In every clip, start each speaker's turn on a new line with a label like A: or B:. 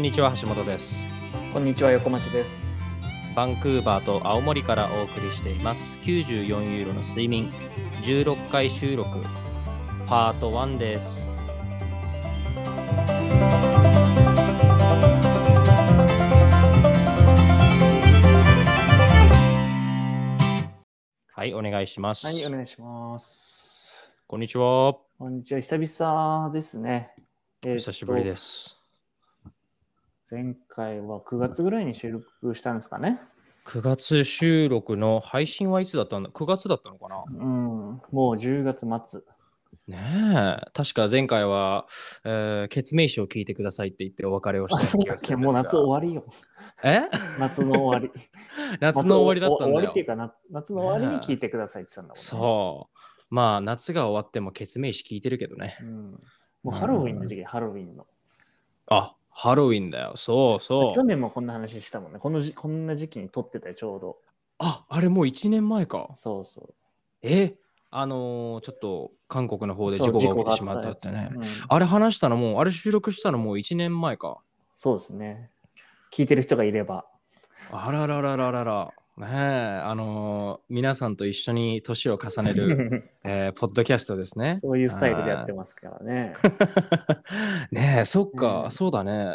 A: にちは橋本です
B: こんにちは横町です。
A: バンクーバーと青森からお送りしています94ユーロの睡眠16回収録パート1ですはいお願いします、
B: はい、お願いします。
A: こんにちは
B: こんにちは、久々ですね。えーっと
A: 久しぶりです
B: 前回は9月ぐらいに収録したんですかね。
A: 9月収録の配信はいつだったんだ ?9 月だったのかな
B: うん、もう10月末。
A: ねえ、確か前回は、えー、決命詞を聞いてくださいって言ってお別れをしたような気が するんで
B: もう
A: すが
B: 夏終わりよ。
A: え
B: 夏の終わり。
A: 夏の終わりだったん
B: 夏
A: だ
B: の終わりってい
A: よ
B: う。かな、夏の終わりに聞いてくださいって言ってたんだもん、ね。
A: そう。まあ、夏が終わっても決命詞聞いてるけどね。
B: うん。もうハロウィンの時期、ハロウィンの。
A: あ、ハロウィンだよ。そうそ
B: 去
A: う。
B: 年もこんな話したもんね。このじこんな時期に撮ってたよ、ちょうど。
A: あ、あれもう1年前か。
B: そうそう。
A: え、あのーちょっと韓国の方で
B: そう
A: 事故が起きてしまったって
B: 事故があ
A: ね
B: っ。たやつうん
A: あれ話したのもう、あれ収録したのもう1年前か。
B: そうですね。聞いてる人がいれば。
A: あらららららら。ねえ、あのー皆さんと一緒に年を重ねる。えーポッドキャストですね。
B: そういうスタイルでやってますからね。
A: ねえ、そっか、
B: うん
A: そうだね。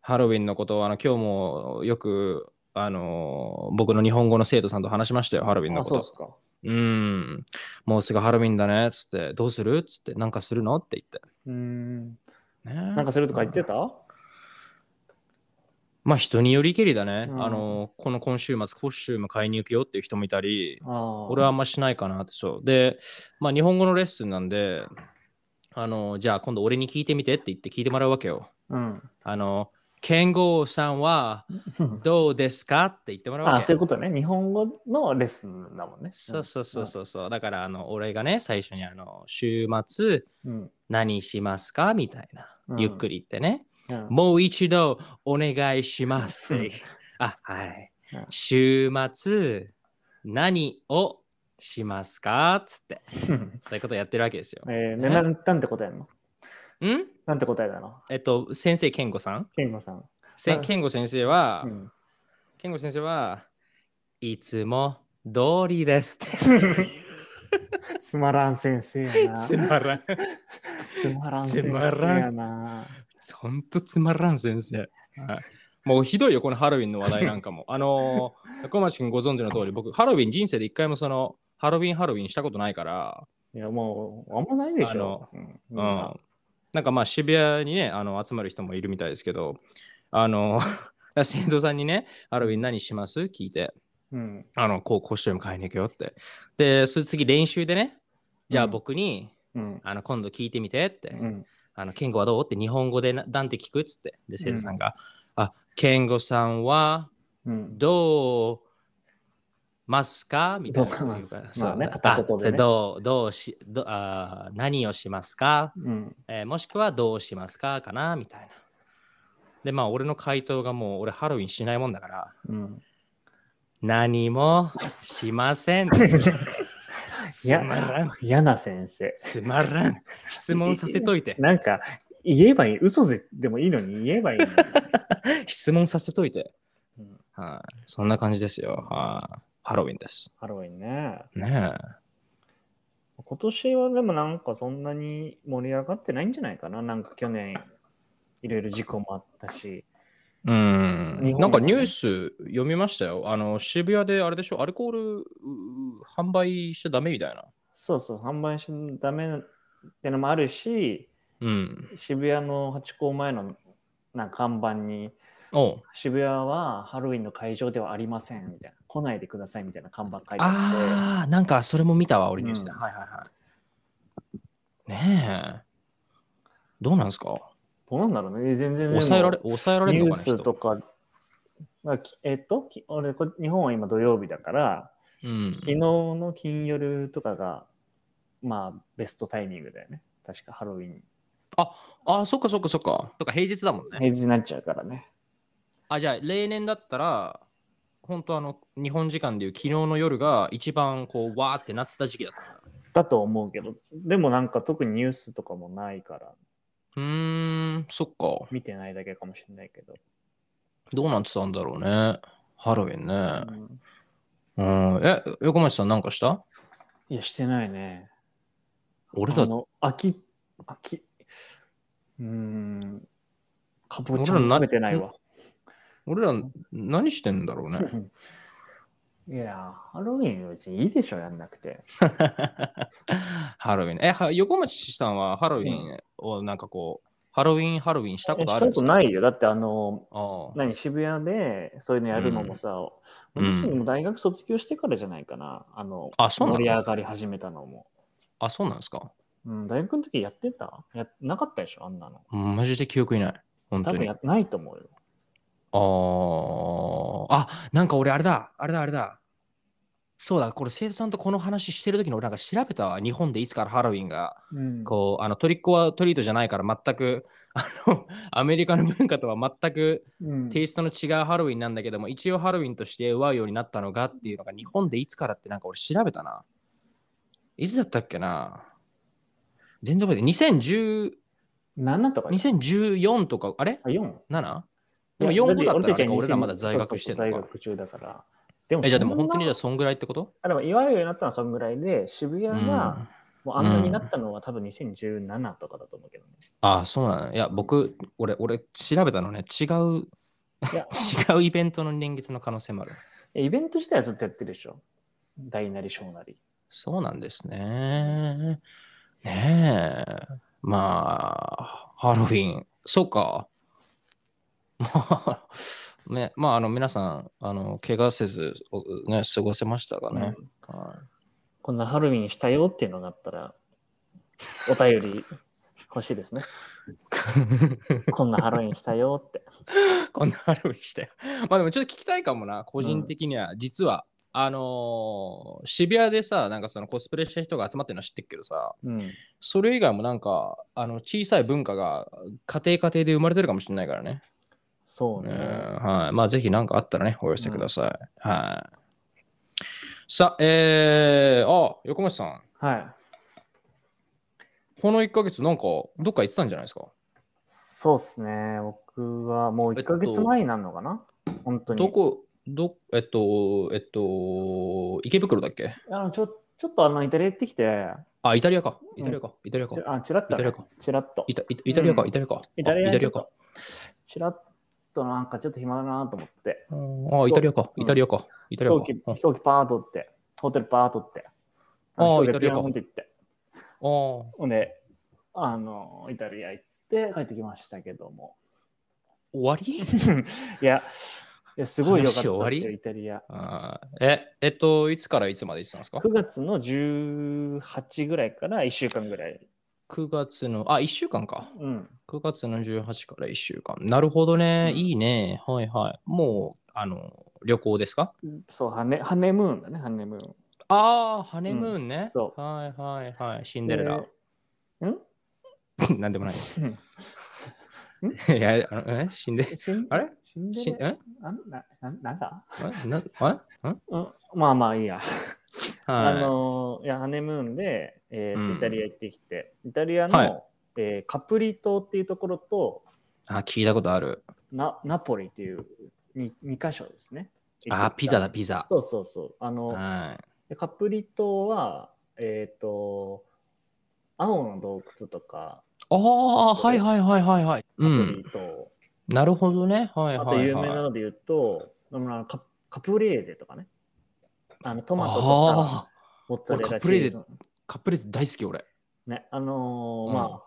A: ハロウィンのことを、あの、今日もよく、あのー僕の日本語の生徒さんと話しましたよ、ハロウィンの
B: あ、
A: こ
B: そう
A: と
B: で。すか。
A: うん、もうすぐハロウィンだね、つって、どうするつって、なんかするのって
B: うーん。
A: 言って。ねえ
B: なんかするとか言ってた
A: まあ、人によりけりだね。
B: うん
A: あのーこの今週末、コスチューム買いに行くよっていう人もいたり、俺
B: 俺
A: はあんましないかなって、そう。で、まあ、日本語のレッスンなんで、あのーじゃあ今度俺に聞いてみてって言って聞いてもらうわけよ。
B: うん。
A: あの、健吾さんはどうですかって言ってもらうわ
B: あ、
A: け。
B: そういうことね。日本語のレッスンだもんね。
A: そうそうそうそうそう。だから、あの、俺がね、最初にあの、週末
B: うん。
A: 何しますかみたいな
B: う。ん
A: ゆっくり言ってね。
B: うん。
A: もう一度お願いしますって。あ、はい
B: うん。
A: 週末何をしますかつって。
B: うん
A: そういうことやってるわけですよ。
B: えー、ねななんて答えなの
A: ん
B: なんて答えだの
A: えっと、先生健吾さん
B: 健吾さん。
A: せ
B: うん
A: 健吾先生は、
B: うん
A: 健吾先生はいつも通りですって。
B: つまらん先生や な。
A: つ
B: つ
A: まらん。
B: まらん先生やな。
A: ほんとつまらん先生。はいもうひどいよ、このハロウィンの話題なん かも。あのー、横町君ご存知の通り、僕、ハロウィン人生で一回もその、ハロウィンハロウィンしたことないから、
B: いや、もう、あんまないでしょ。うん
A: う。
B: みんなん
A: なんかまあ渋谷にね、あの集まる人もいるみたいですけど、あの、 生徒さんにね、ハロウィン何します聞いて、
B: うん。
A: あの、こう、コスチューム買いに行くよって。で、す次練習でね、じゃあ僕に、
B: うん。
A: あの、今度聞いてみてって、
B: うん。
A: あの、ケンゴはどうって日本語でななんて聞くっつって。で、生徒さんが、あ、ケンゴさんは
B: うん。
A: どうますかみたいなこと言うから。
B: どうます
A: そう
B: まあね
A: あ
B: 片言でね
A: どう、どうし、どあー何をしますか、
B: うん。
A: えーもしくはどうしますかかなみたいな。で、まあ、俺の回答がもう、俺ハロウィンしないもんだから、
B: うん。
A: 何もしません。つ
B: い
A: ま
B: や
A: らん。
B: 嫌な先生。
A: つまらん。質問させとい て。
B: なんか、言えばいい。嘘ででもいいのに言え ばいいのに。
A: 質問させといて。
B: うん
A: はい、そんな感じですよ。はい、ハロウィンです。
B: ハロウィンね。
A: ねえ。
B: 今年はでもなんかそんなに盛り上がってないんじゃないかな。なんか去年、いろいろ事故もあったし。
A: うん
B: 日本はね
A: なんかニュース読みましたよ。あの渋谷であれでしょ、アルコールう販売しちゃダメみたいな。
B: そうそう、販売しちゃダメってのもあるし、
A: うん。
B: 渋谷のハチ公前のなんか看板に、
A: おう
B: 渋谷はハロウィンの会場ではありませんみたいな。来ないでくださいみたいな看板書いてあって。
A: ああ、なんかそれも見たわ、俺ニュースで。
B: うん
A: はいはいはい。ねえ。どうなんですか
B: どうなんだろうね。全然でも
A: 抑えられ抑えられ
B: ニ
A: る
B: ュ
A: のか
B: ー
A: な人
B: スとか、まあきえっと、き俺こ日本は今土曜日だから、
A: うん
B: 昨日の金夜とかが、まあ、ベストタイミングだよね。確かハロウィン。
A: ああ、そっかそっかそっか。とか平日だもんね。
B: 平日になっちゃうからね。
A: あ、じゃあ例年だったら、本当あの、日本時間でいう昨日の夜が一番こう、わーってなってた時期だった。
B: だと思うけど、でもなんか特にニュースとかもないから、
A: うーん、そっか。
B: 見てないだけかもしれないけど。
A: どうなってたんだろうね。ハロウィン
B: う
A: ね。
B: ん
A: うん。え、横町さんなんかした
B: いや、してないね。
A: 俺だ
B: あの、秋、秋、うーん、かぼち
A: 俺
B: ゃ
A: ら
B: も
A: な
B: 食べてないわ。
A: 俺ら何してんだろう ね。
B: いや、ハロウィンは別にいいでしょ、やんなくて。
A: ハロウィン。え、は横町さんはハロウィンをなんかこう、ハロウィン、ハロウィンしたことあ
B: し
A: る
B: た
A: ん
B: こ
A: です
B: と
A: か
B: ないよ。だって、あの、
A: ああ
B: 何、渋谷でそういうのやるのもさ、
A: うん
B: 私も大学卒業してからじゃないかな。あの、
A: あそうなの
B: 盛り上がり始めたのも。
A: あ、そうなんですか。
B: うん、大学の時やってたやなかったでしょ、あんなの。
A: マジで記憶いない。本
B: 多
A: 当
B: 分
A: に。あ
B: やないと思うよ。
A: あ。あ、なんか俺あれだ。あれだ、あれだ。そうだ、これ生徒さんとこの話してる時の俺なんか調べたわ。日本でいつからハロウィンが、
B: うん
A: こう、あのトリックはトリートじゃないから全く、あの、アメリカの文化とは全く
B: うん
A: テイストの違うハロウィンなんだけども、一応ハロウィンとして奪うようになったのがっていうのが日本でいつからってなんか俺調べたな。いつだったっけな全然覚えてない。2010
B: 7とかよ
A: 2014とか、あれ
B: あ、4?
A: 7? でも4個だったらあれか
B: いや
A: 俺らまだ在学してる
B: そうそ
A: の
B: うそう在
A: か。
B: 学中だから。でも
A: え、じゃあでも本当にじゃあ
B: だ。
A: そんぐらいってこと
B: あでもいわゆるなったのはそんぐらいで、渋谷
A: う
B: が、
A: ん。あ
B: もうあんなになったのは多分2017とかだと思うけどね。
A: あ、そうなの。いや、僕、俺、俺、調べたのね、違う、
B: い や
A: 違うイベントの連月の可能性もある。
B: えイベント自体はずっとやってるでしょ。大なり小なり。
A: そうなんですね。ねえ。まあ、ハロウィン。そうか。 まあ、ね、まあ、あの、皆さん、あの、怪我せず、おね、過ごせましたかね。
B: うん
A: はい
B: こんなハロウィンしたよっていうのがあったら、お便り欲しいですね。 こんなハロウィンしたよって。
A: こんなハロウィンしたよ。まあでもちょっと聞きたいかもな、個人的には。実は、あのー渋谷でさ、なんかそのコスプレした人が集まってるのは知ってるけどさ、
B: うん。
A: それ以外もなんか、あの小さい文化が家庭家庭で生まれてるかもしれないからね。
B: そう
A: うん
B: ね。
A: はい。まあぜひなんかあったらね、お寄せください。はい。さあ、えー、あ、横町さん、
B: はい。
A: この1ヶ月なんか、どっか行ってたんじゃないですか
B: そうっすね。僕はもう1ヶ
A: えっ
B: 月
A: と
B: 前になるのかな、本当に。
A: どこ、ど、えっと、えっと、池袋だっけ
B: あのちょちょっとあのイタリア行ってきて、
A: あ、イタリアか。イタリアか。イタリアか
B: ち。らあチラッと、
A: イタリアか
B: チラッと
A: イ。タイイタリアか、
B: うん
A: イタリアか。
B: イタリ
A: あイタ
B: アにち
A: リ
B: ょ
A: ア
B: っ
A: か
B: と。チラッとなんかちょっと暇だなと思って、
A: あ、イタリアか。
B: うん
A: イタリアか。イタ
B: 飛
A: リア
B: 行
A: か
B: 機。飛行機パーッと取って、ホテルパーッと取って、
A: あー
B: の
A: イタリアか
B: 飛行機でピヨーンって行って、
A: ああ。
B: ほんで、あの、イタリア行って帰ってきましたけども。
A: 終わ り
B: いや、いやすごい良かった
A: 話終わ
B: ですよ、
A: り
B: イタリア。
A: あーえ、えっと、いつからいつまで行ってたんですか
B: 9月の18ぐらいから1週間ぐらい。
A: ?9 月の、あ、1週間か。
B: うん。
A: 9月の18から1週間。なるほどね。
B: うん
A: いいね。はいはい。もう、あの、旅行ですか
B: そう、ハネハネムーンだね、ハネムーン。
A: ああ、ハネムーンね。
B: そう
A: はいはいはい。シンデレラ。
B: で。ん
A: なんでもないです。いや、あのえシンデレ
B: 死ん
A: あれ
B: 死ん
A: シ
B: で
A: ン
B: る
A: え
B: あんなななんだ、
A: えなえんはい。
B: うん、まあまあいいや。あ
A: あ
B: のーいや、ハネムーンで、えーと
A: うん
B: イタリア行ってきて、イタリアの、
A: はい
B: えーカプリ島っていうところと
A: あ、聞いたことある。
B: ナナポリっていう 2, 二箇所ですね。
A: あ、ピザだ、
B: ザ。
A: ピザ。
B: そうそうそう。あの
A: はい。
B: でカプリ島は、えっ、と、青の洞窟とか、
A: ああ、はいはいはいはいはい。う
B: カプ
A: ん
B: リ。島、
A: なるほどね。はい
B: あ
A: は
B: と
A: い、
B: 有名な
A: はい。
B: ので言うと、あのカカプレーゼとかね。あのトマトとさ、
A: ああ、
B: モッツァレラ
A: 俺カ
B: チ
A: プレーゼ
B: ーズの。
A: カップレーゼ大好き俺。
B: ね、あのー
A: うん
B: まあ、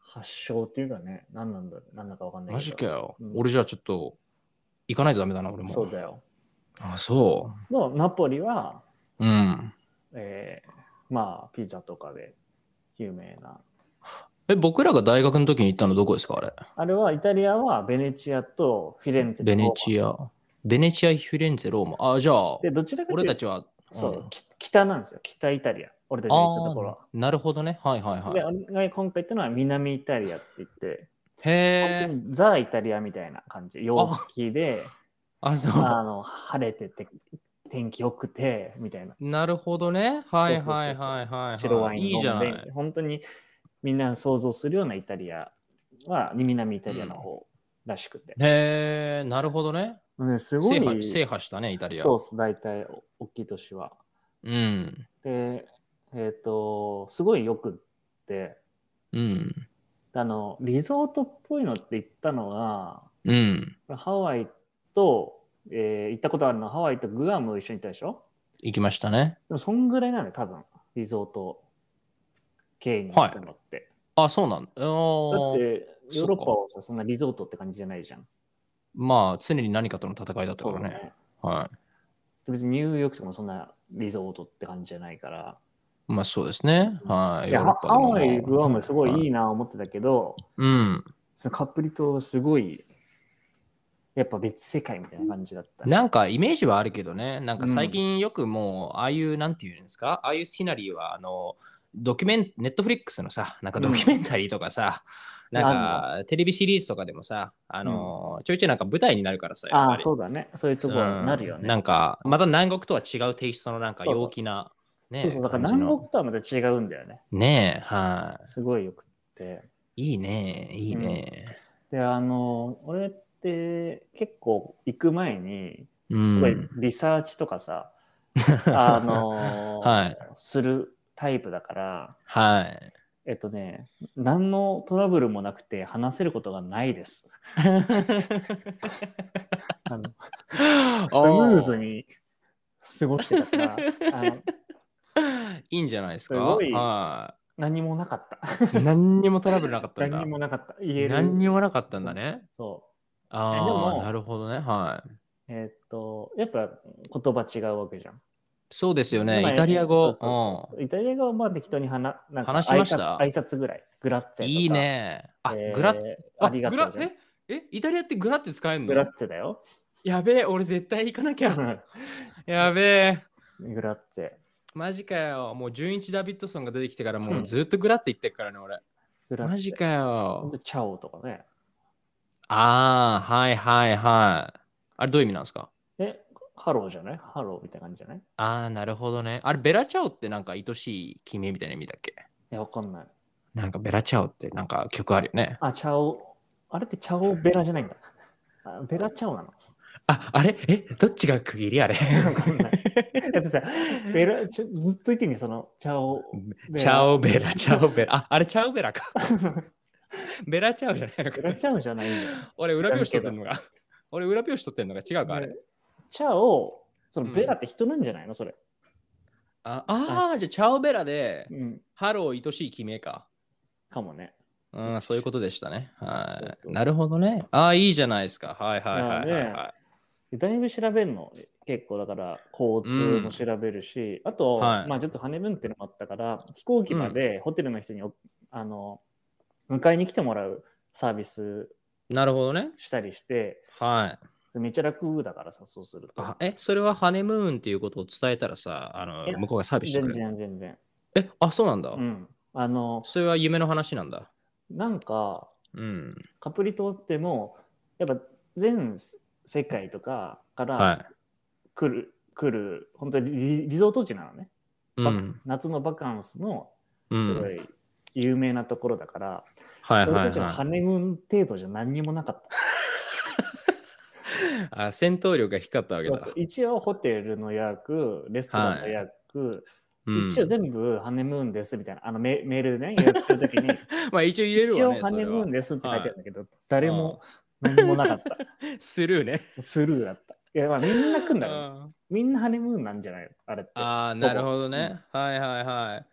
B: 発祥っていうかね、何なんだろう、何だかわかんないけど。
A: マジかよ、
B: うん
A: 俺じゃあちょっと行かないとダメだな、俺も。
B: そうだよ。
A: あ、そ
B: のナポリは、
A: う。うん。
B: えー、まあ、ピザとかで有名な。
A: え、僕らが大学の時に行ったのどこですかあれ。
B: あれは、イタリアはベネチアとフィレンツェと
A: ベネチア。ベネチア、フィレンツェ、ローマ。あ、じゃあ、
B: で、どちらかとい
A: 俺
B: う
A: た
B: と
A: ちは。
B: そう、
A: ん
B: き北なんですよ。北イタリア。俺たちが行った
A: あ
B: ところは。
A: あ、なるほどね。はいはい
B: で、
A: はい。
B: 俺が今回行ったのは南イタリアって言って、
A: へえ。
B: ザ・イタリアみたいな感じ。陽気で、
A: あ、 そう。
B: あの晴れてて、天気良くて、みたいな。
A: なるほどね。はい
B: そうそう
A: は
B: そ
A: いう
B: そう
A: はいはいはい。
B: 白ワイン飲んで
A: いいじゃない。
B: 本当にみんな想像するようなイタリアは南イタリアの方らしくて。
A: へえ、なるほどね。
B: ね、すご
A: 制
B: い。
A: 覇制覇したね、イタリア。
B: そうっす、大体、大きい都市は。
A: うん。
B: で、えっ、と、すごいよくって、
A: うん。
B: あの、リゾートっぽいのって言ったのが、
A: うん。
B: ハワイと、えー行ったことあるのはハワイとグアムを一緒に行ったでしょ
A: 行きましたね。
B: でも、そんぐらいなのよ、多分、リゾート経営に行くのって。
A: あ、そうなんだ。
B: だ
A: お
B: って
A: ー、
B: ヨーロッパはさ、そんなリゾートって感じじゃないじゃん。
A: まあ、常に何かとの戦いだったからね。
B: そうね
A: は
B: で別にニューヨークとかもそんなリゾートって感じじゃないから。
A: い。まあ、そうですね。はい。
B: いや、
A: ヨーロッ
B: ハ
A: パ
B: ハ
A: の
B: ワイ、グアムすごいい
A: い。
B: いな思ってたけど、
A: うん。
B: そのカプリ島すごい、やっぱ別世界みたいな感じだった。
A: なんかイメージはあるけどね、なんか最近よくもう、ああいう、なんていうんですか、ああいうシナリーは、あの、ドキュメン、ネットフリックスのさ、なんかドキュメンタリーとかさ、
B: うん
A: なんかテレビシリーズとかでもさ、あの、ちょいちょいなんか舞台になるからさ、やっ
B: あ
A: ぱ
B: あ、
A: り
B: そうだね。そういうとこ
A: うん
B: なるよね。
A: なんか、また南国とは違うテイストのなんか
B: そうそう
A: 陽気な、ね
B: そうそう、だから
A: 感じ
B: 南
A: の
B: 国とはまた違うんだよね。
A: ねえ、は
B: すごいよくって。
A: い。いいね、いいね。
B: で、あの、俺って結構行く前に、
A: う
B: す
A: ん。
B: ごいリサーチと かさ、あの、
A: はい、
B: するタイプだから、
A: はい。
B: えっとね、何のトラブルもなくて話せることがない です。あの
A: スム
B: スムーズに過ごしてたから、あの
A: いいんじゃないですか
B: すごい
A: は
B: 何もなかった。
A: い。何にもトラブルなかったんだ。
B: 何もなかった。言える。
A: 何にもなかったんだね。
B: そえで
A: あ
B: も
A: あ、なるほどね。はい。
B: う。えーっと、やっぱ言葉違うわけじゃん。
A: そうですよ
B: まあ
A: ね。イタリア語。
B: そうそうそうイタリア語はまあ適当に話なんか
A: 話しました
B: 挨拶挨拶ぐらい。グラッツ
A: うん
B: ェとか。
A: いいね。あ、
B: えー
A: グラッ、
B: ありがとう
A: グラ
B: じゃん。
A: え、え、イタリアってグラって使える
B: グラッ
A: の
B: ツェだよ。
A: やべえ、俺絶対行かなきゃ。やべえ。
B: グラッツェ。
A: マジかよ。もう純一ダビッドソンが出てきてからも
B: うん
A: うずっとグラって言ってるからね、俺。
B: グラッツェ。
A: マジかよ。
B: チャオとかね。
A: ああ、はいはいはい。あれどういう意味なんですか
B: え、ハローじゃないハローみたいな感じじゃないい
A: ああ、なるほどね。あれ、ベラチャオってなんか愛しい君みたいな意味だっけ
B: や、わかんない。
A: なんかベラチャオってなんか曲あるよね。
B: あ、チャオ。あれってチャオベラじゃないんだ。あベラチャオなの。
A: あ、あれえ、どっちが区切 りあれ
B: わかんない。だってさ、ベラちょずっと言ってんねその、チャオ。
A: チャオベラ、チャオベラ。あ、あれチャオベラ か。ベラチャオじゃないの
B: ベラ
A: か。
B: チャオじゃないんだよ。
A: 俺、裏表紙取ってんのが。俺、裏表紙取ってんのが違うか、あれ
B: で。チャオ、その
A: うん
B: ベラって人なんじゃないのそれ。
A: ああー、じゃあチャオベラで
B: う、ん。
A: ハロー愛しい君へか。
B: かもね。
A: うん、そういうことでしたね。はい。
B: そうそう
A: なるほどね。ああ、いいじゃないですか。はいはいはいはい、
B: まあ
A: はい。
B: だいぶ調べるの、結構だから、交通も調べるし、あと、
A: はい
B: まあちょっとハネムーンっていうのもあったから、飛行機までホテルの人にお、あの、迎えに来てもらうサービス
A: なるほどね。
B: したりして、
A: はい。
B: めちゃ楽だからさ、そうすると。
A: あえ、それはハネムーンっていうことを伝えたらさ、あ
B: い
A: の
B: や
A: 向こうがサービスしてく
B: 全
A: れる。
B: 然全然。
A: え、あ、そうなんだ、
B: うん。あの、
A: それは夢の話なんだ。
B: なんか、
A: うん。
B: カプリ島ってもう、やっぱ全世界とかから
A: は
B: 来る、来る、本当にリリゾート地なのね。
A: い。うん。
B: 夏のバカンスの
A: う
B: すご
A: ん、
B: い有名なところだから、
A: はい
B: 俺
A: はい
B: たちのハ
A: は
B: ネムーン程度じゃ何にもなかった。
A: い。あ戦闘力が低かったわけ
B: そ
A: だ。
B: うそう一応ホテルの予約、レストランの予約、
A: うん
B: 一応全部ハネムーンですみたいな、あのメメールでね、予約するときに、
A: まあ一応 言え
B: 一
A: る
B: 応
A: わね。
B: ハ
A: そ
B: ネ
A: れ
B: ムー
A: は
B: ンですって書いてあるんだけど、誰も何もなかった。
A: スルーね。
B: スルーだった。いや、まあみんな来んだよ。
A: あ
B: みんなハネムーンなんじゃないのあれって。
A: あー、なるほどね。はいはいはい。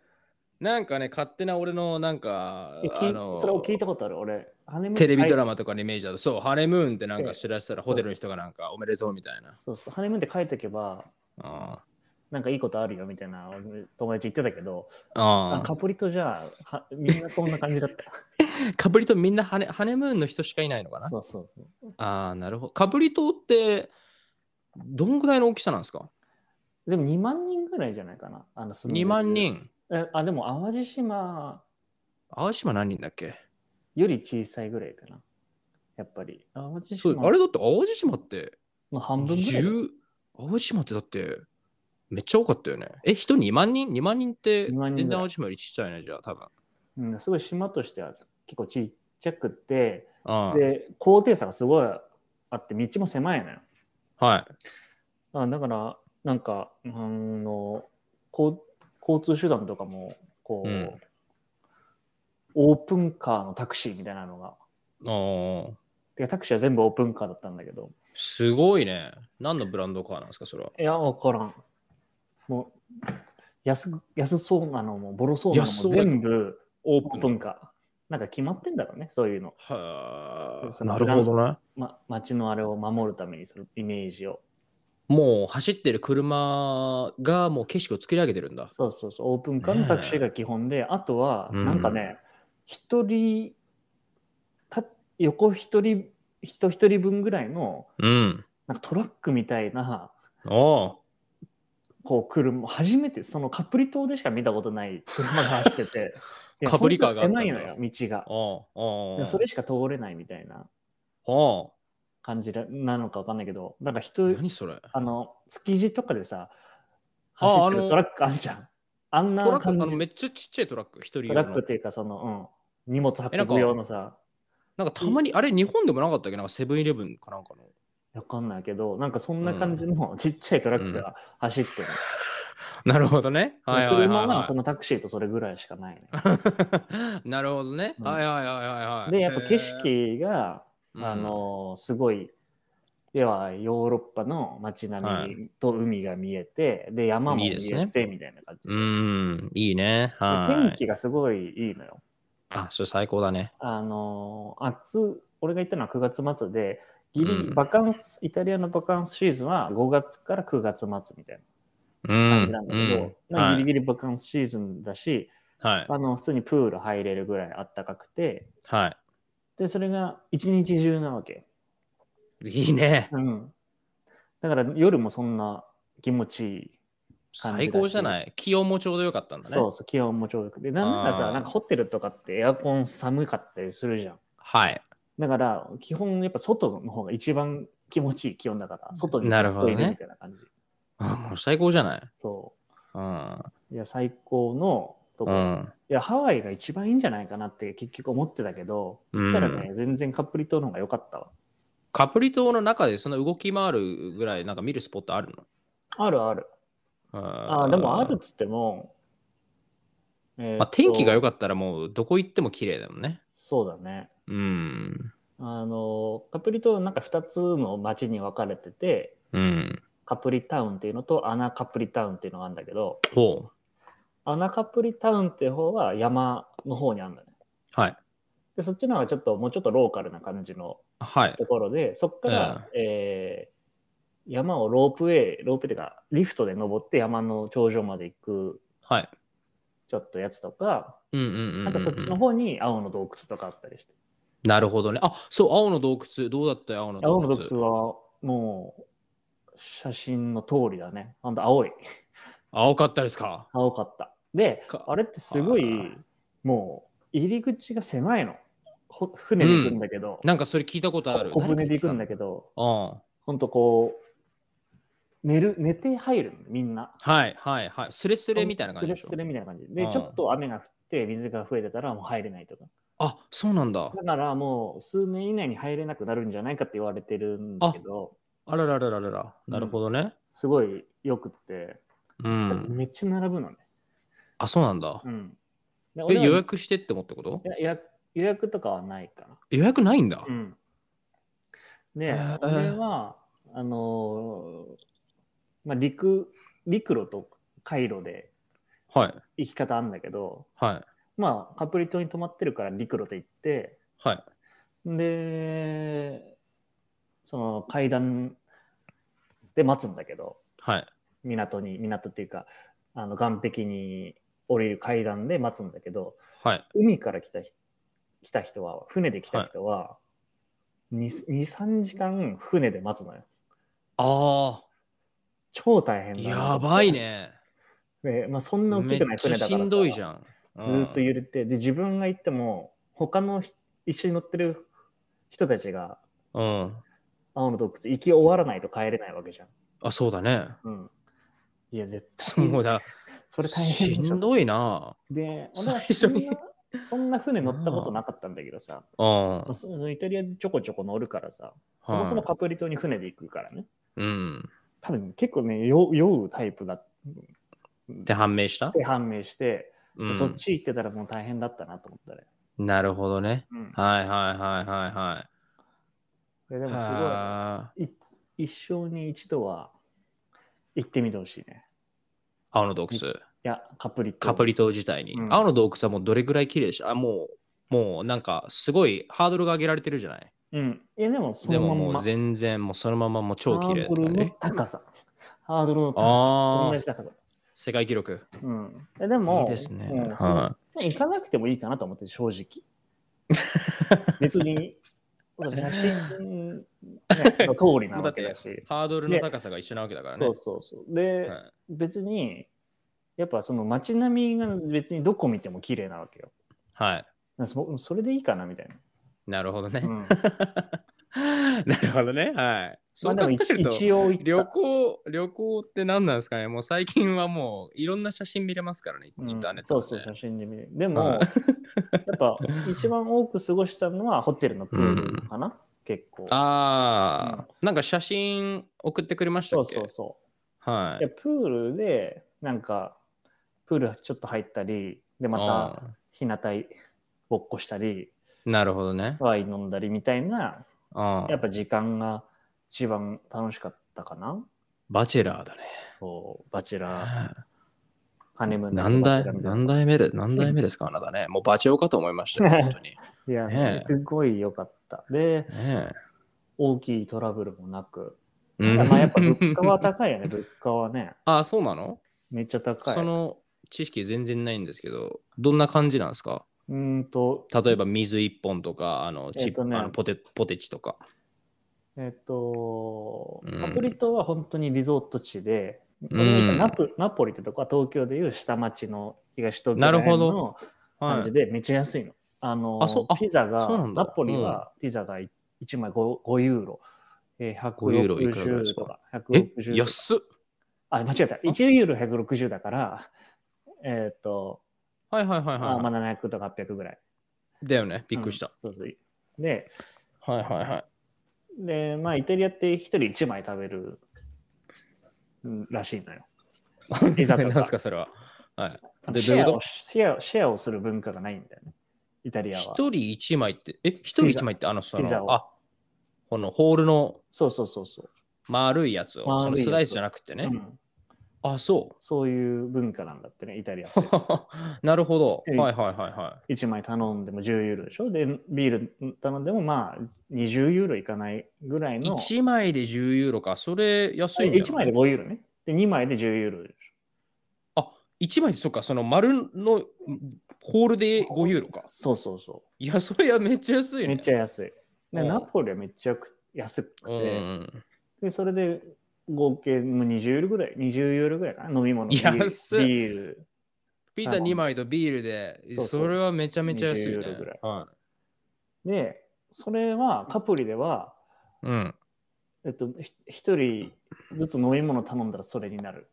A: なんかね、勝手な俺のなんか
B: え、聞い
A: あの
B: それを聞いたことある俺、ハネムーン
A: テレビドラ
B: マ。
A: マとかのイメージだと、そう、ハネムーンってなん
B: ええ
A: か知らせたらホテルの人がなんかおめでとうみたいな。
B: そうそう、ハネムーンって書いとけば、
A: あ
B: なんかいいことあるよみたいな友達言ってたけど、
A: ああ
B: あ
A: あ。
B: カプリとじゃあはみんなそんな感じだっ
A: カプリ島みんなハネハネムーンの人しかいないのか
B: た。
A: な
B: そうそうそう。
A: ああ、なるほど。カプリ島ってどんぐらいの大きさなんですか
B: でも2万人ぐらいじゃないかな。あの
A: ?2 万。人。
B: 住んでるえあ、でも淡路島
A: 淡島何人だっけ
B: より小さいぐらいかな。やっぱり。淡路
A: そう
B: 島
A: あれだって淡路島って
B: の半分ぐらいだよ。
A: 10淡路島ってだってめっちゃ多かったよね。え、人2万人 ?2 万人って
B: 2万
A: 全
B: 人ぐら
A: 然淡
B: い
A: 路島よりちっちゃいね、じゃあ多分。
B: うん、すごい島としては結構ちちゃくて、
A: うん。
B: で、高低差がすごいあって、道も狭いのよ。
A: はい。
B: あだから、なんか、あの交交通手段とかも、こう、
A: うん
B: オープンカーのタクシーみたいなのが、
A: おー
B: てかタクシーは全部オープンカーだったんだけど、
A: すごいね。何のブランドカーなんですか、それは。
B: いや、わからん。もう、安く安そうなのも、ボロそうなの
A: 安そう
B: も
A: だけど
B: 全部
A: オ
B: オー
A: ー
B: プ
A: プン。
B: ンカー。なんか決まってんだろうね、そういうの。
A: は
B: そ
A: あ。
B: の
A: なるほどね。
B: ま、街のあれを守るためにするイメージを。
A: もう走ってる車がもう景色を作り上げてるんだ。
B: そうそうそう、オープンカーのタクシーが基本で、あとは、
A: うん
B: なんかね、一、人、た横一人、人一人分ぐらいの、
A: うん。
B: なんかトラックみたいな、
A: おう、
B: こう車、初めて、そのカプリ島でしか見たことない車が走ってて いや
A: カプリカーがあ
B: ほ
A: った
B: ん
A: んだ
B: と狭いのよ、道が。
A: おうおうおう
B: それしか通れないみたいな
A: お
B: 感じらなのかわかんないけど、なんか
A: う
B: 人、
A: 何それ
B: あの、築地とかでさ、
A: あ
B: 走って
A: あの
B: るトラックあんじゃん。あん
A: トラッ
B: な
A: クあ
B: 感
A: の
B: じ。
A: めっちゃちっちゃいトラック、一人
B: ト
A: 用
B: ラック
A: の
B: っ。ていうか、その、うん、荷物
A: えなん
B: 運
A: か
B: ぶ用のさ、
A: なんかたまに、あれ、日本でもなかったっけなんかセブンイレブンかなんかの。
B: わかんないけど、なんかそんな感じのちっちゃいトラックが走ってる。
A: なるほどね。はいはいはい、
B: 車はそ
A: は
B: のタクシーとそれぐらいしかないね。
A: い。 なるほどね。
B: うん
A: はいはいはいはいはい。
B: で、や っぱ景
A: へー、
B: 色が、あの、すごい、要はヨーロッパの街
A: は
B: 並みと海が見えて、で、山も見
A: いいです
B: え
A: ね
B: てみたいな感じ
A: う
B: で。
A: ん
B: で
A: うん、いいね。は
B: 天
A: い。
B: 気がすごいいいのよ。
A: あ、それ最高だね。
B: あのー暑俺が行ったのは9月末でギリ、
A: うん
B: バカンスイタリアのバカンスシーズンは5月から9月末みたい
A: うん。
B: な感じなんだけど、
A: うん
B: ま
A: は
B: あギリ
A: い。
B: ギリバカンスシーズンだし、
A: はい。
B: あの普通にプール入れるぐらいあったかくて
A: は
B: でそれが一日中なわけ、
A: い。いいね。
B: うん、だから夜もそんな気持ちいい、
A: 最高じゃない。気温もちょうどよかったんだね。
B: そうそう気温もちょうどよくてなんなら
A: あ
B: さ
A: ー
B: なんかホテルとかってエアコン寒かったりするじゃん
A: はい。
B: だから、基本やっぱ外の方が一番気持ちいい気温だから、外に
A: なるほどね
B: ずっといみたいな感じ。
A: あもう最高じゃない。
B: そ
A: うん。
B: う。いや、最高のとこ、
A: う
B: い
A: ん。
B: や、ハワイが一番いいんじゃないかなって結局思ってたけど、
A: う
B: 行
A: ん
B: ったらね、全然カプリ島の方が良かったわ。
A: カプリ島の中でその動き回るぐらいなんか見るスポットあるの
B: あるある。あ
A: あ
B: あ、でもあるっつっても、え
A: まあ、天気が良
B: かっ
A: かったらもうどこ行っても綺麗だもんね。
B: た。そうだね。
A: うん。
B: あの、カプリ島なんか2つの町に分かれてて、
A: うん。
B: カプリタウンっていうのとアナカプリタウンっていうのがあるんだけど、
A: ほ
B: アナカプリタウンって方は山の方にあるんだね。
A: う。はい。
B: で、そっちの方がちょっと、もうちょっとローカルな感じの
A: はい。
B: ところで、そっから、えー山をロープウェイ、ロープウェイというか、リフトで登って山の頂上まで行く
A: はい。
B: ちょっとやつとか、
A: うんうんうんうん、うん。
B: あとそっちの方に青の洞窟とかあったりして。
A: なるほどね。あそう、青の洞窟。どうだったよ、青の洞
B: 青
A: 窟。
B: の洞窟は、もう、写真の通りだね。ほんと青い。
A: 青かったですか。
B: 青かった。で
A: か、
B: あれってすご
A: あ
B: い
A: ー、
B: もう、入り口が狭いの。ほ船で行くんだけど、
A: なんかそれ聞いたことある。
B: 小舟で行くんだ
A: け
B: けど、
A: ど。
B: ほんとこう、寝る、寝て入るのみんな。
A: うん。はいはいはい。スレスレみたいな感じでしょ。
B: スレスレみたいな感じ。
A: う
B: で
A: ん、
B: ちょっと雨が降って水が増えてたらもう入れないとか。
A: あそうなんだ。
B: だからもう数年以内に入れなくなるんじゃないかって言われてるんだけど、
A: あらららららら。なるほどね。
B: すごいよくって、
A: うん。
B: めっちゃ並ぶのね。
A: あ、そうなんだ
B: う。ん。で
A: え、
B: 俺は
A: 予約してってもってこと
B: いや予約予約とかはないかな。
A: 予約ないんだ。
B: うん。で、
A: へー
B: 俺は、あのーまあ、陸、陸路と回路で
A: はい。
B: 行き方あるんだけど、
A: はい。
B: まあ、カプリ島に泊まってるから陸路で行って、
A: はい。
B: で、その階段で待つんだけど、
A: はい。
B: 港に、港っていうか、あの岸壁に降りる階段で待つんだけど、
A: はい。
B: 海から来た人来た人は、船で来た人は、に2、3時間船で待つのよ。
A: あ
B: 超大変
A: あ、
B: だな
A: やばい。ね。
B: でまあ、そんな大
A: め
B: き
A: っ
B: くない
A: ち
B: 船
A: ゃ
B: だから
A: しんどいじ
B: ん。
A: ゃん。
B: ずーっ
A: う
B: と
A: ん
B: 揺れて、で、自分が行っても、他のひ一緒に乗ってる人たちが、
A: うん。
B: 青の洞窟行き終わらないと帰れないわけじゃん。
A: あ、そうだね。
B: うん。いや、絶対。
A: そうだ。
B: それ大
A: し
B: 変でしょ
A: んどいな。
B: で、
A: 最初に
B: そんなそんな船乗ったことなかったんだけどさ、
A: うん。はい
B: そのイタリアちょこちょこ乗るからさ、そもそもカプリ島に船で行くからね。
A: うん。
B: 多分結構ね、酔酔うタイプだっ
A: って判明した
B: て判明して、
A: うん。
B: そっち行ってたらもう大変だったなと思ったね。
A: なるほどね。
B: うん、
A: はいはいはいはいはい。
B: いやでもす
A: あ
B: ごいい、一生に一度は行ってみてほしいね。
A: ー青の洞窟。
B: いや、カプリ島
A: カプリ島自体に、
B: うん
A: 青の洞窟はもうどれぐらい綺麗でしたあもうもうなんかすごいハードルが上げられてるじゃない
B: うん。いや、でもそ
A: で
B: のま
A: も
B: んま
A: もう全然もうそのままもう超綺麗だっ
B: ハー
A: た
B: ドルの
A: ね
B: 高さ。ハードルの高さ。
A: あ
B: 同
A: あ
B: じ高さ。
A: 世界記録
B: うん。えで
A: い
B: も、
A: いですね、
B: うん
A: は
B: 行かなくてもいいかなと思って、正直。別に、写真、ね、の通りなわけだし
A: い。ハードルの高さが一緒なわけだからね
B: そうそうそう。で、
A: はい
B: 別に、やっぱその街並みが別にどこ見ても綺麗なわけよ。
A: はい
B: なそそれでいいかなみたい
A: なるほどね、
B: な。うん
A: なるほどねはい
B: ま
A: そ
B: あ
A: う
B: で
A: 考
B: も
A: え
B: 一
A: ると
B: 一応行った
A: 旅行旅行って何なんですかねもう最近はもういろんな写真見れますからね、
B: うん
A: インターネッ
B: そ
A: ト
B: う
A: で
B: そう、写真で見る。で
A: は
B: も、
A: い
B: やっぱ一番多く過ごしたのはホテルのプールかな、結構。
A: ああ、
B: う
A: なんか写真送ってくれました
B: そう
A: っけ
B: そうそ
A: は
B: う。で、
A: い。
B: プールで、なんか、プールちょっと入ったり、で、ま
A: あ
B: た、日向ぼっこしたり、
A: ーなるほどね。
B: ワイン飲んだりみたいな、
A: あー
B: やっぱ時間が一番楽しかったかな。
A: バチェラーだね。
B: そう、バチェラー、
A: あー
B: ハネムーンの
A: 何
B: バ
A: 代
B: チェラーみたいな
A: 何代目で何代目ですかあなたね。もうバチェオかと思いましたよ、本当に。ね
B: いや、
A: ねえ
B: すごい良かった。で、
A: え
B: 大きいトラブルもなく。
A: うん、
B: まあやっぱ物価は高いよね、物価はね。
A: あーそうなの
B: めっちゃ高い。
A: その知識全然ないんですけど、どんな感じなんですか
B: うーんと、
A: 例えば水1本とか、あのチッ
B: えっとね
A: あのポテポテチとか。
B: えっ、と
A: うん、
B: カプリ島は本当にリゾート地で、
A: うん
B: 俺が行ったナプナポリってとこは東京でいう下町の東東京
A: なる
B: ら辺
A: ほど
B: の
A: は
B: 感
A: い
B: じ、でめっちゃ安いの。あの
A: あそうあ
B: ピザ
A: そうな
B: が、
A: んだ
B: ナポリはピザが1枚 5, 5ユーロ、えー、
A: 5ユーロいくらぐらいです
B: 160
A: か
B: とか、
A: え
B: 160とか
A: 安っ
B: あ、間違えた。1ユーロ160だから、えっ、と、
A: はいはいはい
B: まあ、
A: は
B: まあ700とか800ぐらい。
A: い。だよね、びっくりした。
B: そうそうで、
A: はいはいはい。
B: で、まあ、イタリアって1人1枚食べるうんらしい のよ。ピザとか
A: 何すかそれは。はい。で
B: シェ
A: ど
B: ア
A: ういうこ
B: をシェアシェアをする文化がないんだよね。イタリアは。
A: 一人一枚って、え、一人一枚ってあの、そ
B: ピザ
A: の、
B: を
A: あ、このホールの
B: そうそうそうそう。
A: 丸いやつを、
B: 丸いやつ
A: そのスライスじゃなくてね
B: う。ん
A: あ、そ
B: そういう文化なんだってね、イタリアって。
A: う。 なるほど。
B: うん
A: はいはいはいは
B: 1枚頼んでも10ユーロでしょで、ビール頼んでもまあ20ユーロいかないぐらい
A: い。
B: の。
A: 1枚で10ユーロか。それ安いんだよ、ね。
B: 1枚で5ユーロね。で、2枚で10ユーロでしょ。
A: あ、1枚で、そっか、その丸のホールで5ユーロか。
B: そうそうそ
A: いや、それはめっちゃ安
B: う。
A: い
B: め
A: ね。
B: っちゃ安い。で
A: うん
B: ナポリはめっちゃく安く
A: う
B: て、
A: ん。
B: でそれで合計もう20ユーロぐらい、20ユーロぐらいかな、飲み物、ビ
A: 安
B: ー
A: い
B: ルビール。
A: ピザ2枚とビールで、
B: そうそう
A: それはめちゃめちゃ安い、ね。
B: 20ユーロぐらい
A: は
B: で、それはカプリでは、
A: い。うん。
B: えっと、ひ一人ずつ飲み物頼んだらそれになる。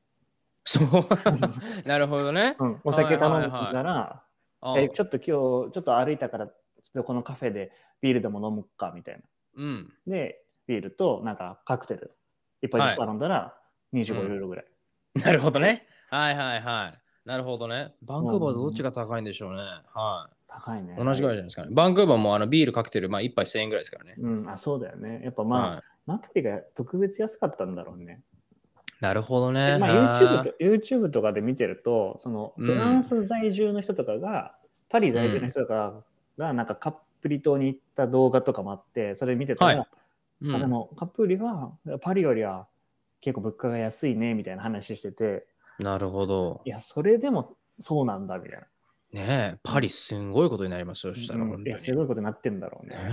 A: そう。 なるほどね。
B: うん、お酒頼んだら、
A: はいはいあ
B: えちょっと今日、ちょっと歩いたから、ちょっとこのカフェでビールでも飲むかみたいな。
A: うん。
B: で、ビールとなんかカクテル、いっぱいずつ頼んだら25ユーロぐらい。
A: なるほどね。はいはいはい。なるほどね。バンクーバーとどっちが高いんでしょうね。は
B: 高いね。
A: い。同じぐらいじゃないですかね。バンクーバーもあのビールかけてる、まあ1杯1000円ぐらいですからね。
B: うん、あ、そうだよね。やっぱまあ、
A: はい、
B: ナポリが特別安かったんだろうね。
A: なるほどね。
B: まあ、YouTube, と YouTube とかで見てると、その
A: うん
B: フランス在住の人とかが、パリ在住の人とかが、なんかカプリ島に行った動画とかもあって、それ見てたら、
A: はう
B: あで
A: ん、
B: もカプリはパリよりは結構物価が安いねみたいな話してて、
A: なるほど
B: い。や、それでもそうなんだみたいな。
A: ねえ、パリすんごいことになりますよ、そしたら
B: うん
A: 本当に。
B: いや、すごいことになってんだろうね。
A: ねえ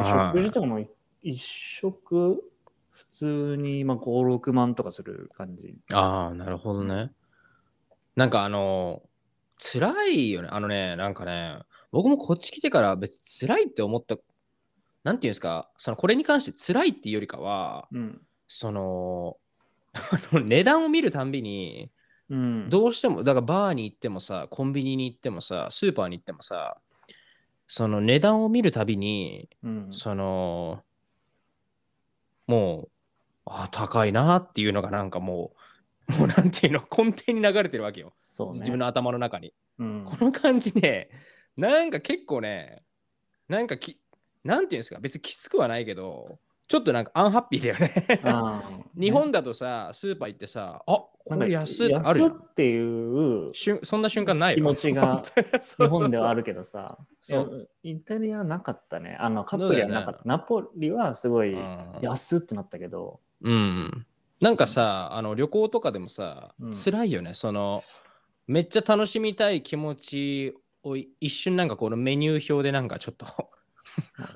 A: は
B: 食事
A: い
B: とかも一食普通にまあ5、6万とかする感じ。
A: ああ、なるほどね。なんかあの、辛いよね。あのね、なんかね、僕もこっち来てから別に辛いって思った、なんていうんですか、そのこれに関して辛いっていうよりかは、
B: うん。
A: そのあの値段を見るたんびに
B: うん。
A: どうしても、だからバーに行ってもさ、コンビニに行ってもさ、スーパーに行ってもさ、その値段を見るたびに、
B: うん、
A: その、もう、あ、高いなっていうのがなんかもう、もうなんていうの、根底に流れてるわけよ。
B: そうね。
A: 自分の頭の中に。
B: うん、
A: この感じね、なんか結構ね、なんかき、なんていうんですか、別にきつくはないけど、ちょっとなんかアンハッピーだよね。
B: あー
A: 日本だとさ、スーパー行ってさ、あこ
B: なんか
A: れ安いってあるじ
B: 安
A: ゃ
B: っ
A: ん
B: ていう
A: 瞬そんな瞬間ないよ
B: 気持 ちが
A: 日
B: 日本ではあ
A: る。
B: るけどさ、い
A: そ
B: や
A: う
B: イタリアはなかったね。あのカップリはなかった。
A: そ
B: ナポリはすごい
A: うん
B: 安ってなったけど、
A: うん。なんかさ、あの旅行とかでもさ、
B: うん
A: 辛いよね。その、めっちゃ楽しみたい気持ちをい一瞬なんかこのメニュー表でなんかちょっと。
B: そ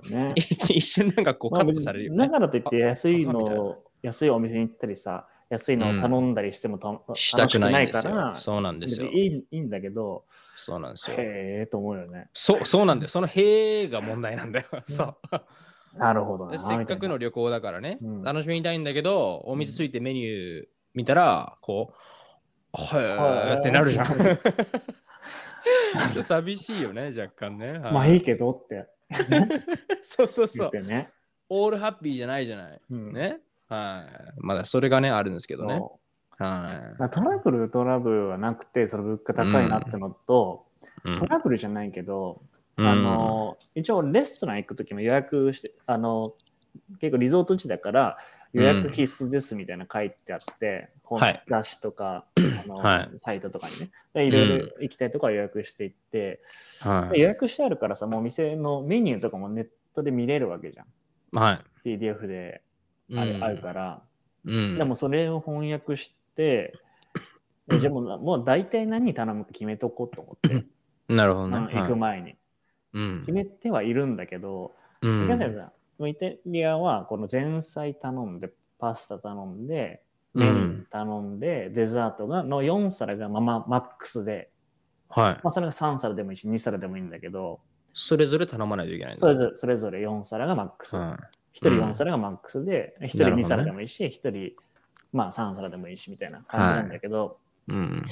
B: うね
A: 一一瞬なんかこう
B: まあ
A: カットされるよ
B: だ
A: ね。
B: からといって
A: あ
B: 安いの
A: バカみたい
B: を安いお店に行ったりさ、安いのを頼んだりしてもた、
A: した
B: 楽
A: く
B: しく
A: な
B: ない
A: んで
B: いか
A: すよ
B: ら。、
A: そうなんです
B: 別
A: よ
B: に。いいいいんだけど、
A: そうなんですよ。
B: へえと思うよね。
A: そうそうなんだよ。その「へーが問題なんだよ。そう
B: なるほどな。
A: せっかくの
B: み
A: 旅行だからね、
B: うん
A: 楽しみたいんだけど、お店ついてメニュー見たら、こう、は
B: はい
A: ーってなるじ ゃん。ち
B: は
A: ょっと寂しいよね、若干ね。
B: たいな。まあいいけどって
A: そうそうそ
B: 言
A: う
B: っ。てね。
A: オールハッピーじゃないじゃない。
B: うん
A: ね。はい。まだそれがね、あるんですけどね。
B: そう
A: は
B: まあトラブルトラブルはなくて、その物価高いなってのと、
A: い。うん
B: トラブルじゃないけど、
A: うん
B: あの一応レストラン行く時も予約してあの結構リゾート地だから予約必須ですみたいなの書いてあって、本
A: はい
B: 雑誌 とか、あの
A: はい
B: サイトとかにねでいろいろ
A: うん
B: 行きたいとこは予約していって、
A: は
B: で
A: い。
B: 予約してあるからさもう店のメニューとかもネットで見れるわけじゃん
A: は
B: PDF で
A: い。
B: ある,、
A: うん
B: あるから、
A: うん
B: でもそれを翻 訳してでじゃあもうもう大体何頼むか決めとこうと思って、
A: なるほどね。
B: あの行く前に、
A: うん
B: 決。めてはいるんだけど、
A: うん
B: 皆さんさもうイタリアはこの前菜頼んでパスタ頼んでメニュー頼んで、デザートがの4皿がまあまあマックスで、
A: はい
B: ま。あ、それが3皿でもいいし2皿でもいいんだけど
A: それぞれ頼まないといけないんだ
B: それぞれそれぞれ4皿がマックス、
A: は
B: 1人4皿がマックスで1人
A: なるほどね
B: 2皿でもいいし、1人まあ3皿でもいいしみたいな感じなんだけど、
A: い。うん。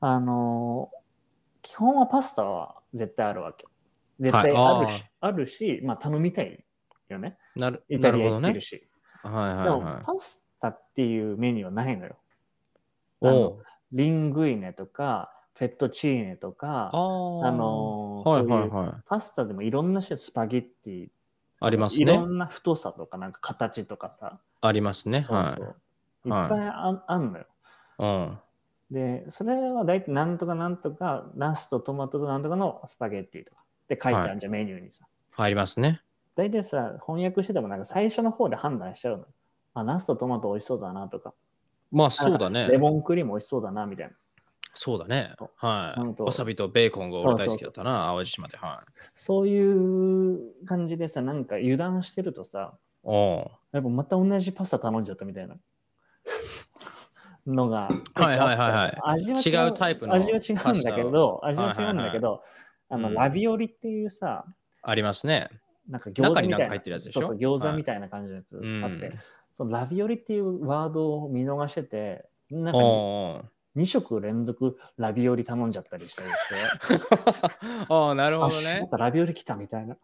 B: あのー基本はパスタは絶対あるわけ絶対あるし,、あるしまあ頼みたいよね
A: なる
B: イタ
A: なる
B: リア
A: ほど
B: 行って
A: ね
B: る。し、
A: はいはい
B: でも、
A: はい。
B: パスタっていうメニューはないのよ。
A: おう
B: リングイネとか、フェットチーネとか、
A: ああ
B: あのー
A: はい
B: そう
A: はいいうはい。
B: パスタでもいろんな種類スパゲッティ、
A: あります
B: いろ
A: ね。
B: んな太さとか、なんか形とかさ、
A: ありますね。
B: そうそう
A: はい
B: っぱい
A: はい
B: ああんのよ。。
A: うん
B: で、それは大体なんとかなんとか、ナスとトマトとなんとかのスパゲッティとかって書いてあるじゃん、メニューにさ。
A: 入りますね。
B: 大体さ、翻訳しててもなんか最初の方で判断しちゃうの。あ、ナスとトマト美味しそうだなとか、
A: まあそうだね
B: レ。モンクリーム美味しそうだなみたいな。
A: そうだね
B: そう。
A: は
B: ほん
A: い。
B: と
A: わさびとベーコンが
B: そ
A: 俺
B: うそ
A: 大
B: うそう
A: 好きだったな、淡路島で。はい。
B: そういう感じでさ、なんか油断してるとさ、
A: おう
B: やっぱまた同じパスタ頼んじゃったみたいなのが。
A: はいはいはいはい
B: 味は
A: 違うタイプの
B: 味は違うんだけど、味は違うんだけど、
A: いはい
B: あ
A: うん
B: の、ラビオリっていうさ、
A: ありますね。
B: なんか餃
A: 中
B: 子
A: に
B: み
A: な
B: た
A: んか
B: いな
A: 入ってるやつでしょ
B: そうそう、餃子みたいな感じのやつ
A: う
B: あって、
A: ん。
B: そのラビオリっていうワードを見逃してて、な んか
A: おうおう
B: 2食連続ラビオリ頼んじゃったりしたりして、
A: おう なるほ
B: あ
A: ど
B: ま
A: ね。
B: たラビオリ来たみたいな。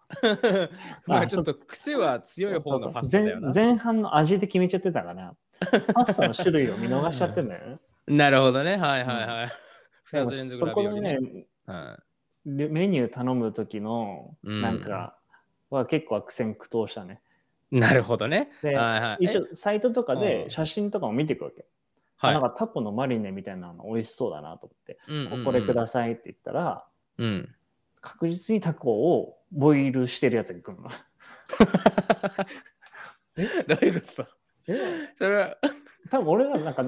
A: なんかちょっと癖は強い方のパスタだよな。
B: 前前半の味で決めちゃってたから、パスタの種類を見逃しちゃって んだよね。
A: なるほどね。はいはいはい。
B: で
A: 二
B: も
A: つ連続
B: そ
A: ラ
B: こ
A: ビオ
B: の
A: リ
B: ね
A: ね。、はい
B: メメニュー頼む時の、
A: うん
B: なんか、は結構悪戦苦闘したね。
A: なるほどね。は
B: で
A: いはい。
B: 一応、サイトとか
A: う
B: で
A: ん
B: 写真とかも見ていくわけ。
A: え、はい
B: なんかタコのマリネみたいなの美味しそうだなと思って、
A: うんうんうん
B: これくださいって言ったら、
A: うん。
B: 確実にタコをボイルしてるやつが来るの。
A: どういうこと
B: え
A: それは、
B: 多分俺はなんか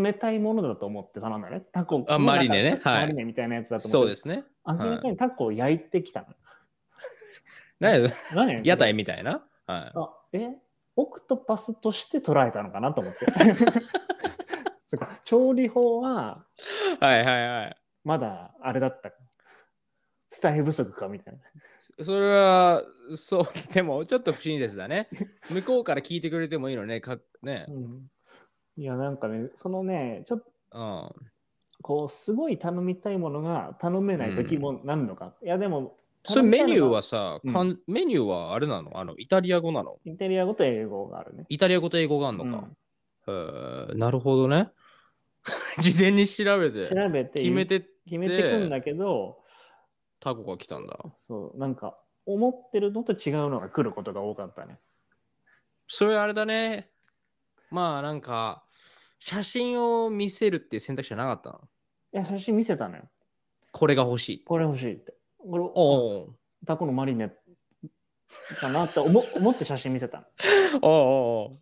B: 冷たいものだと思って頼んだね。タコの
A: あマリネね
B: なんか
A: はい
B: マリネみたいなやつだと思
A: そ
B: っ
A: う
B: て
A: ですね。
B: 明らかにタコを焼いてきたの。
A: なんや
B: 何や
A: 屋台みたいな。は、
B: あえオクトパスとして捉えたのかなと思って。そっか調理法はい
A: はいはいはい。
B: まだあれだった。伝え不足かみたいな。
A: それは、そう、でもちょっと不審ですだね。向こうから聞いてくれてもいいのね。かね
B: うんいやなんかね、そのね、ちょっと
A: うん、
B: こうすごい頼みたいものが頼めない時もなんのか、いやでも
A: それメニューはさ、
B: うん
A: かんメニューはあれなのあのイタリア語なの
B: イタリア語と英語があるね。
A: イタリア語と英語があるのか、へーなるほどね。 事前に調べ
B: うん
A: て、
B: 調べて
A: 決めて
B: 決めてくんだけど
A: タコが来たんだ。
B: そうなんか思ってるのと違うのが来ることが多かったね。
A: それあれだね。まあなんか、写真を見せるっていう選択肢はなかったの。
B: いや写真見せたのよ。
A: これが欲しい。
B: これ欲しいって。これ
A: おう
B: タコのマリネかなって思思って写真見せたの。
A: おうおうおう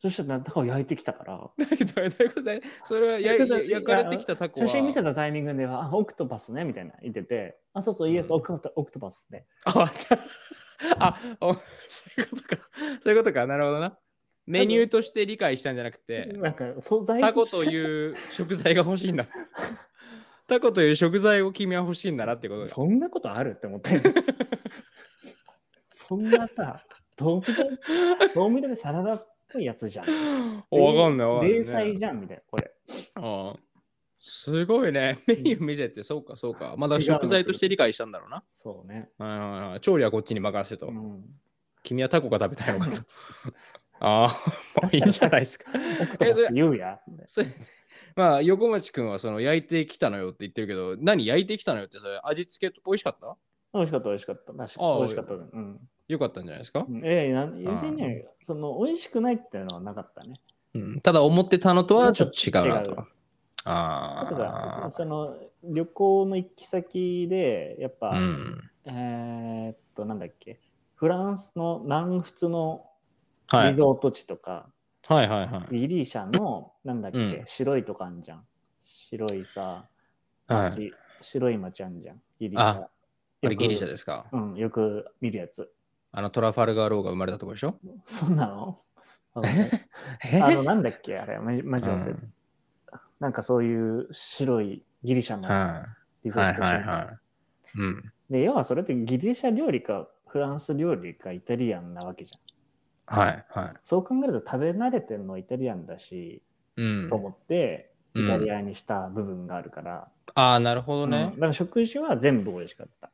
B: そしたらタコ焼いてきたから。
A: だけ ど、どういうことだよそれはや
B: だけど
A: や焼かれてきたタコは。
B: 写真見せたタイミングでは、あ、オクトパスね、みたいな言ってて、あ、そうそう、イエス、
A: うん
B: オクトオクトパスって。
A: あ、そうあおそういうことか。そういうことか。なるほどな。メニューとして理解したんじゃなくて、
B: なんか、素材
A: タコ
B: し
A: と
B: て
A: いう食材が欲しいん だ。タコという食材を君は欲しいんだなってことだよ。
B: そんなことあるって思 って。そんなさ、ドームで、ドームでサラダっぽいやつじゃん。
A: おわかんない。わかんない
B: 零細じゃん、みたいな、これ。
A: ああすごいね。メニュー見せて、そうか、そうか。まだ
B: 違う
A: 食材として理解したんだろうな。
B: そうね。
A: はいはいはい調理はこっちに任せてと。
B: うん、
A: 君はタコが食べたいのかと。ああ、もういいんじゃないですか。
B: オクトパスって言うや。
A: それ まあ、横町君はその焼いてきたのよって言ってるけど、何焼いてきたのよってそれ味付け美味しかった
B: 美味しかった、美味しかった。確か
A: あ
B: 美味しかった。うん。
A: よかったんじゃないですか、
B: ええなん別にね、その、美味しくないっていうのはなかったね。
A: うん、ただ思ってたのとはちょっと違うなと。
B: 違うなんか
A: あ
B: さ
A: あ。
B: その旅行の行き先でやっぱ、
A: うん。
B: えーっとなんだっけフランスの南仏の
A: は
B: リ
A: い。
B: ゾート地とか、
A: はいはいはい。
B: ギリシャのなんだっけ、
A: うん
B: 白いとこあんじゃん白いさ
A: はい、
B: 街白い町あんじゃんギリシャ
A: ああれギリシャ
B: で
A: ですか、
B: うん、よく見るやつ
A: あのトラファルガーローが生まれたとこでしょ
B: そんなのわかんない
A: ええ
B: あのなんだっけあれマジマジ
A: う
B: 忘れた、
A: ん
B: なんかそういう白いギリシャの
A: は
B: リ
A: い
B: ゾー
A: はい
B: ト地、
A: はいはい。うん。
B: で要はそれってギリシャ料理かフランス料理かイタリアンなわけじゃん。
A: はいはい。
B: そう考えると食べ慣れてるのイタリアンだし、
A: うん
B: と。思って
A: うん
B: イタリアにした部分があるから、
A: ああ、なるほど
B: うん
A: ね。
B: だから食事は全部美味しかった。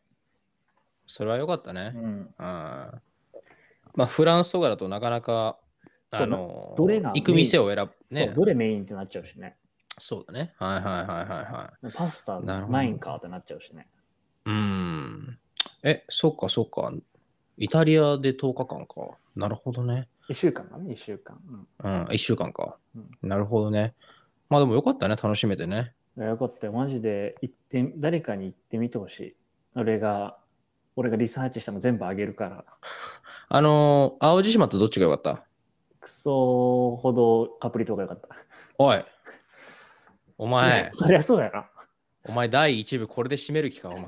A: それはよかった
B: う
A: ね。
B: ん、
A: うん。まあ、フランスとかだとなかなか、
B: そう
A: あの、
B: どれが
A: 行く店を選ぶ。
B: そ
A: ね
B: う。どれメインってなっちゃうしね。
A: そうだね。はいはいはいはいはい。
B: パスタ
A: なるほど
B: ないんかってなっちゃうしね。
A: うん。え、そっかそっか。イタリアで10日間か。なるほどね。
B: 1週間だね、1週間。
A: うん、1週間か
B: うん。
A: なるほどね。まあでもよかったね、楽しめてね。
B: うん、よかったよ、マジで行って、誰かに行ってみてほしい。俺が、俺がリサーチしたの全部あげるから。
A: あのー、青路島とどっちがよかった
B: クソほどカプリ島が良かった。
A: おいお前
B: そりゃそうやな。
A: お前第一部これで締める気かお前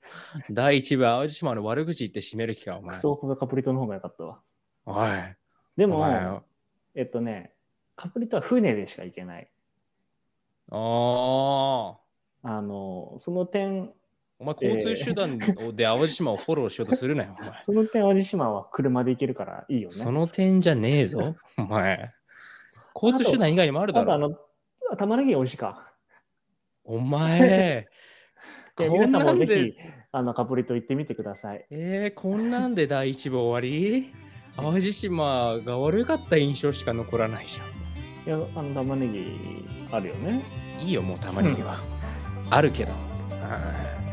A: 第一部淡路島の悪口言って締める気かお
B: ク
A: 前
B: ソほどカプリ島の方が良かったわ。
A: おい
B: で
A: お前
B: も、えっとね、カプリ島は船でしか行けない。
A: おー
B: あの、その点、
A: お前交通手段をで淡路島をフォローしようとするなよお前
B: その点、淡路島は車で行けるからいいよね。
A: その点じゃねえぞお前交通手段以外にもあるだ
B: あとあ
A: ろ
B: の、玉ねぎ美味しいか。
A: お前
B: い
A: こ
B: や皆
A: ん
B: さん
A: な
B: も
A: ん
B: ぜ
A: で
B: ひ、あの、カプリ島行ってみてください。
A: えー、こんなんで第一部終わり淡路島が悪かった印象しか残らないじゃん
B: いや、あの、玉ねぎあるよね。
A: いいよもうたまにはあるけどはい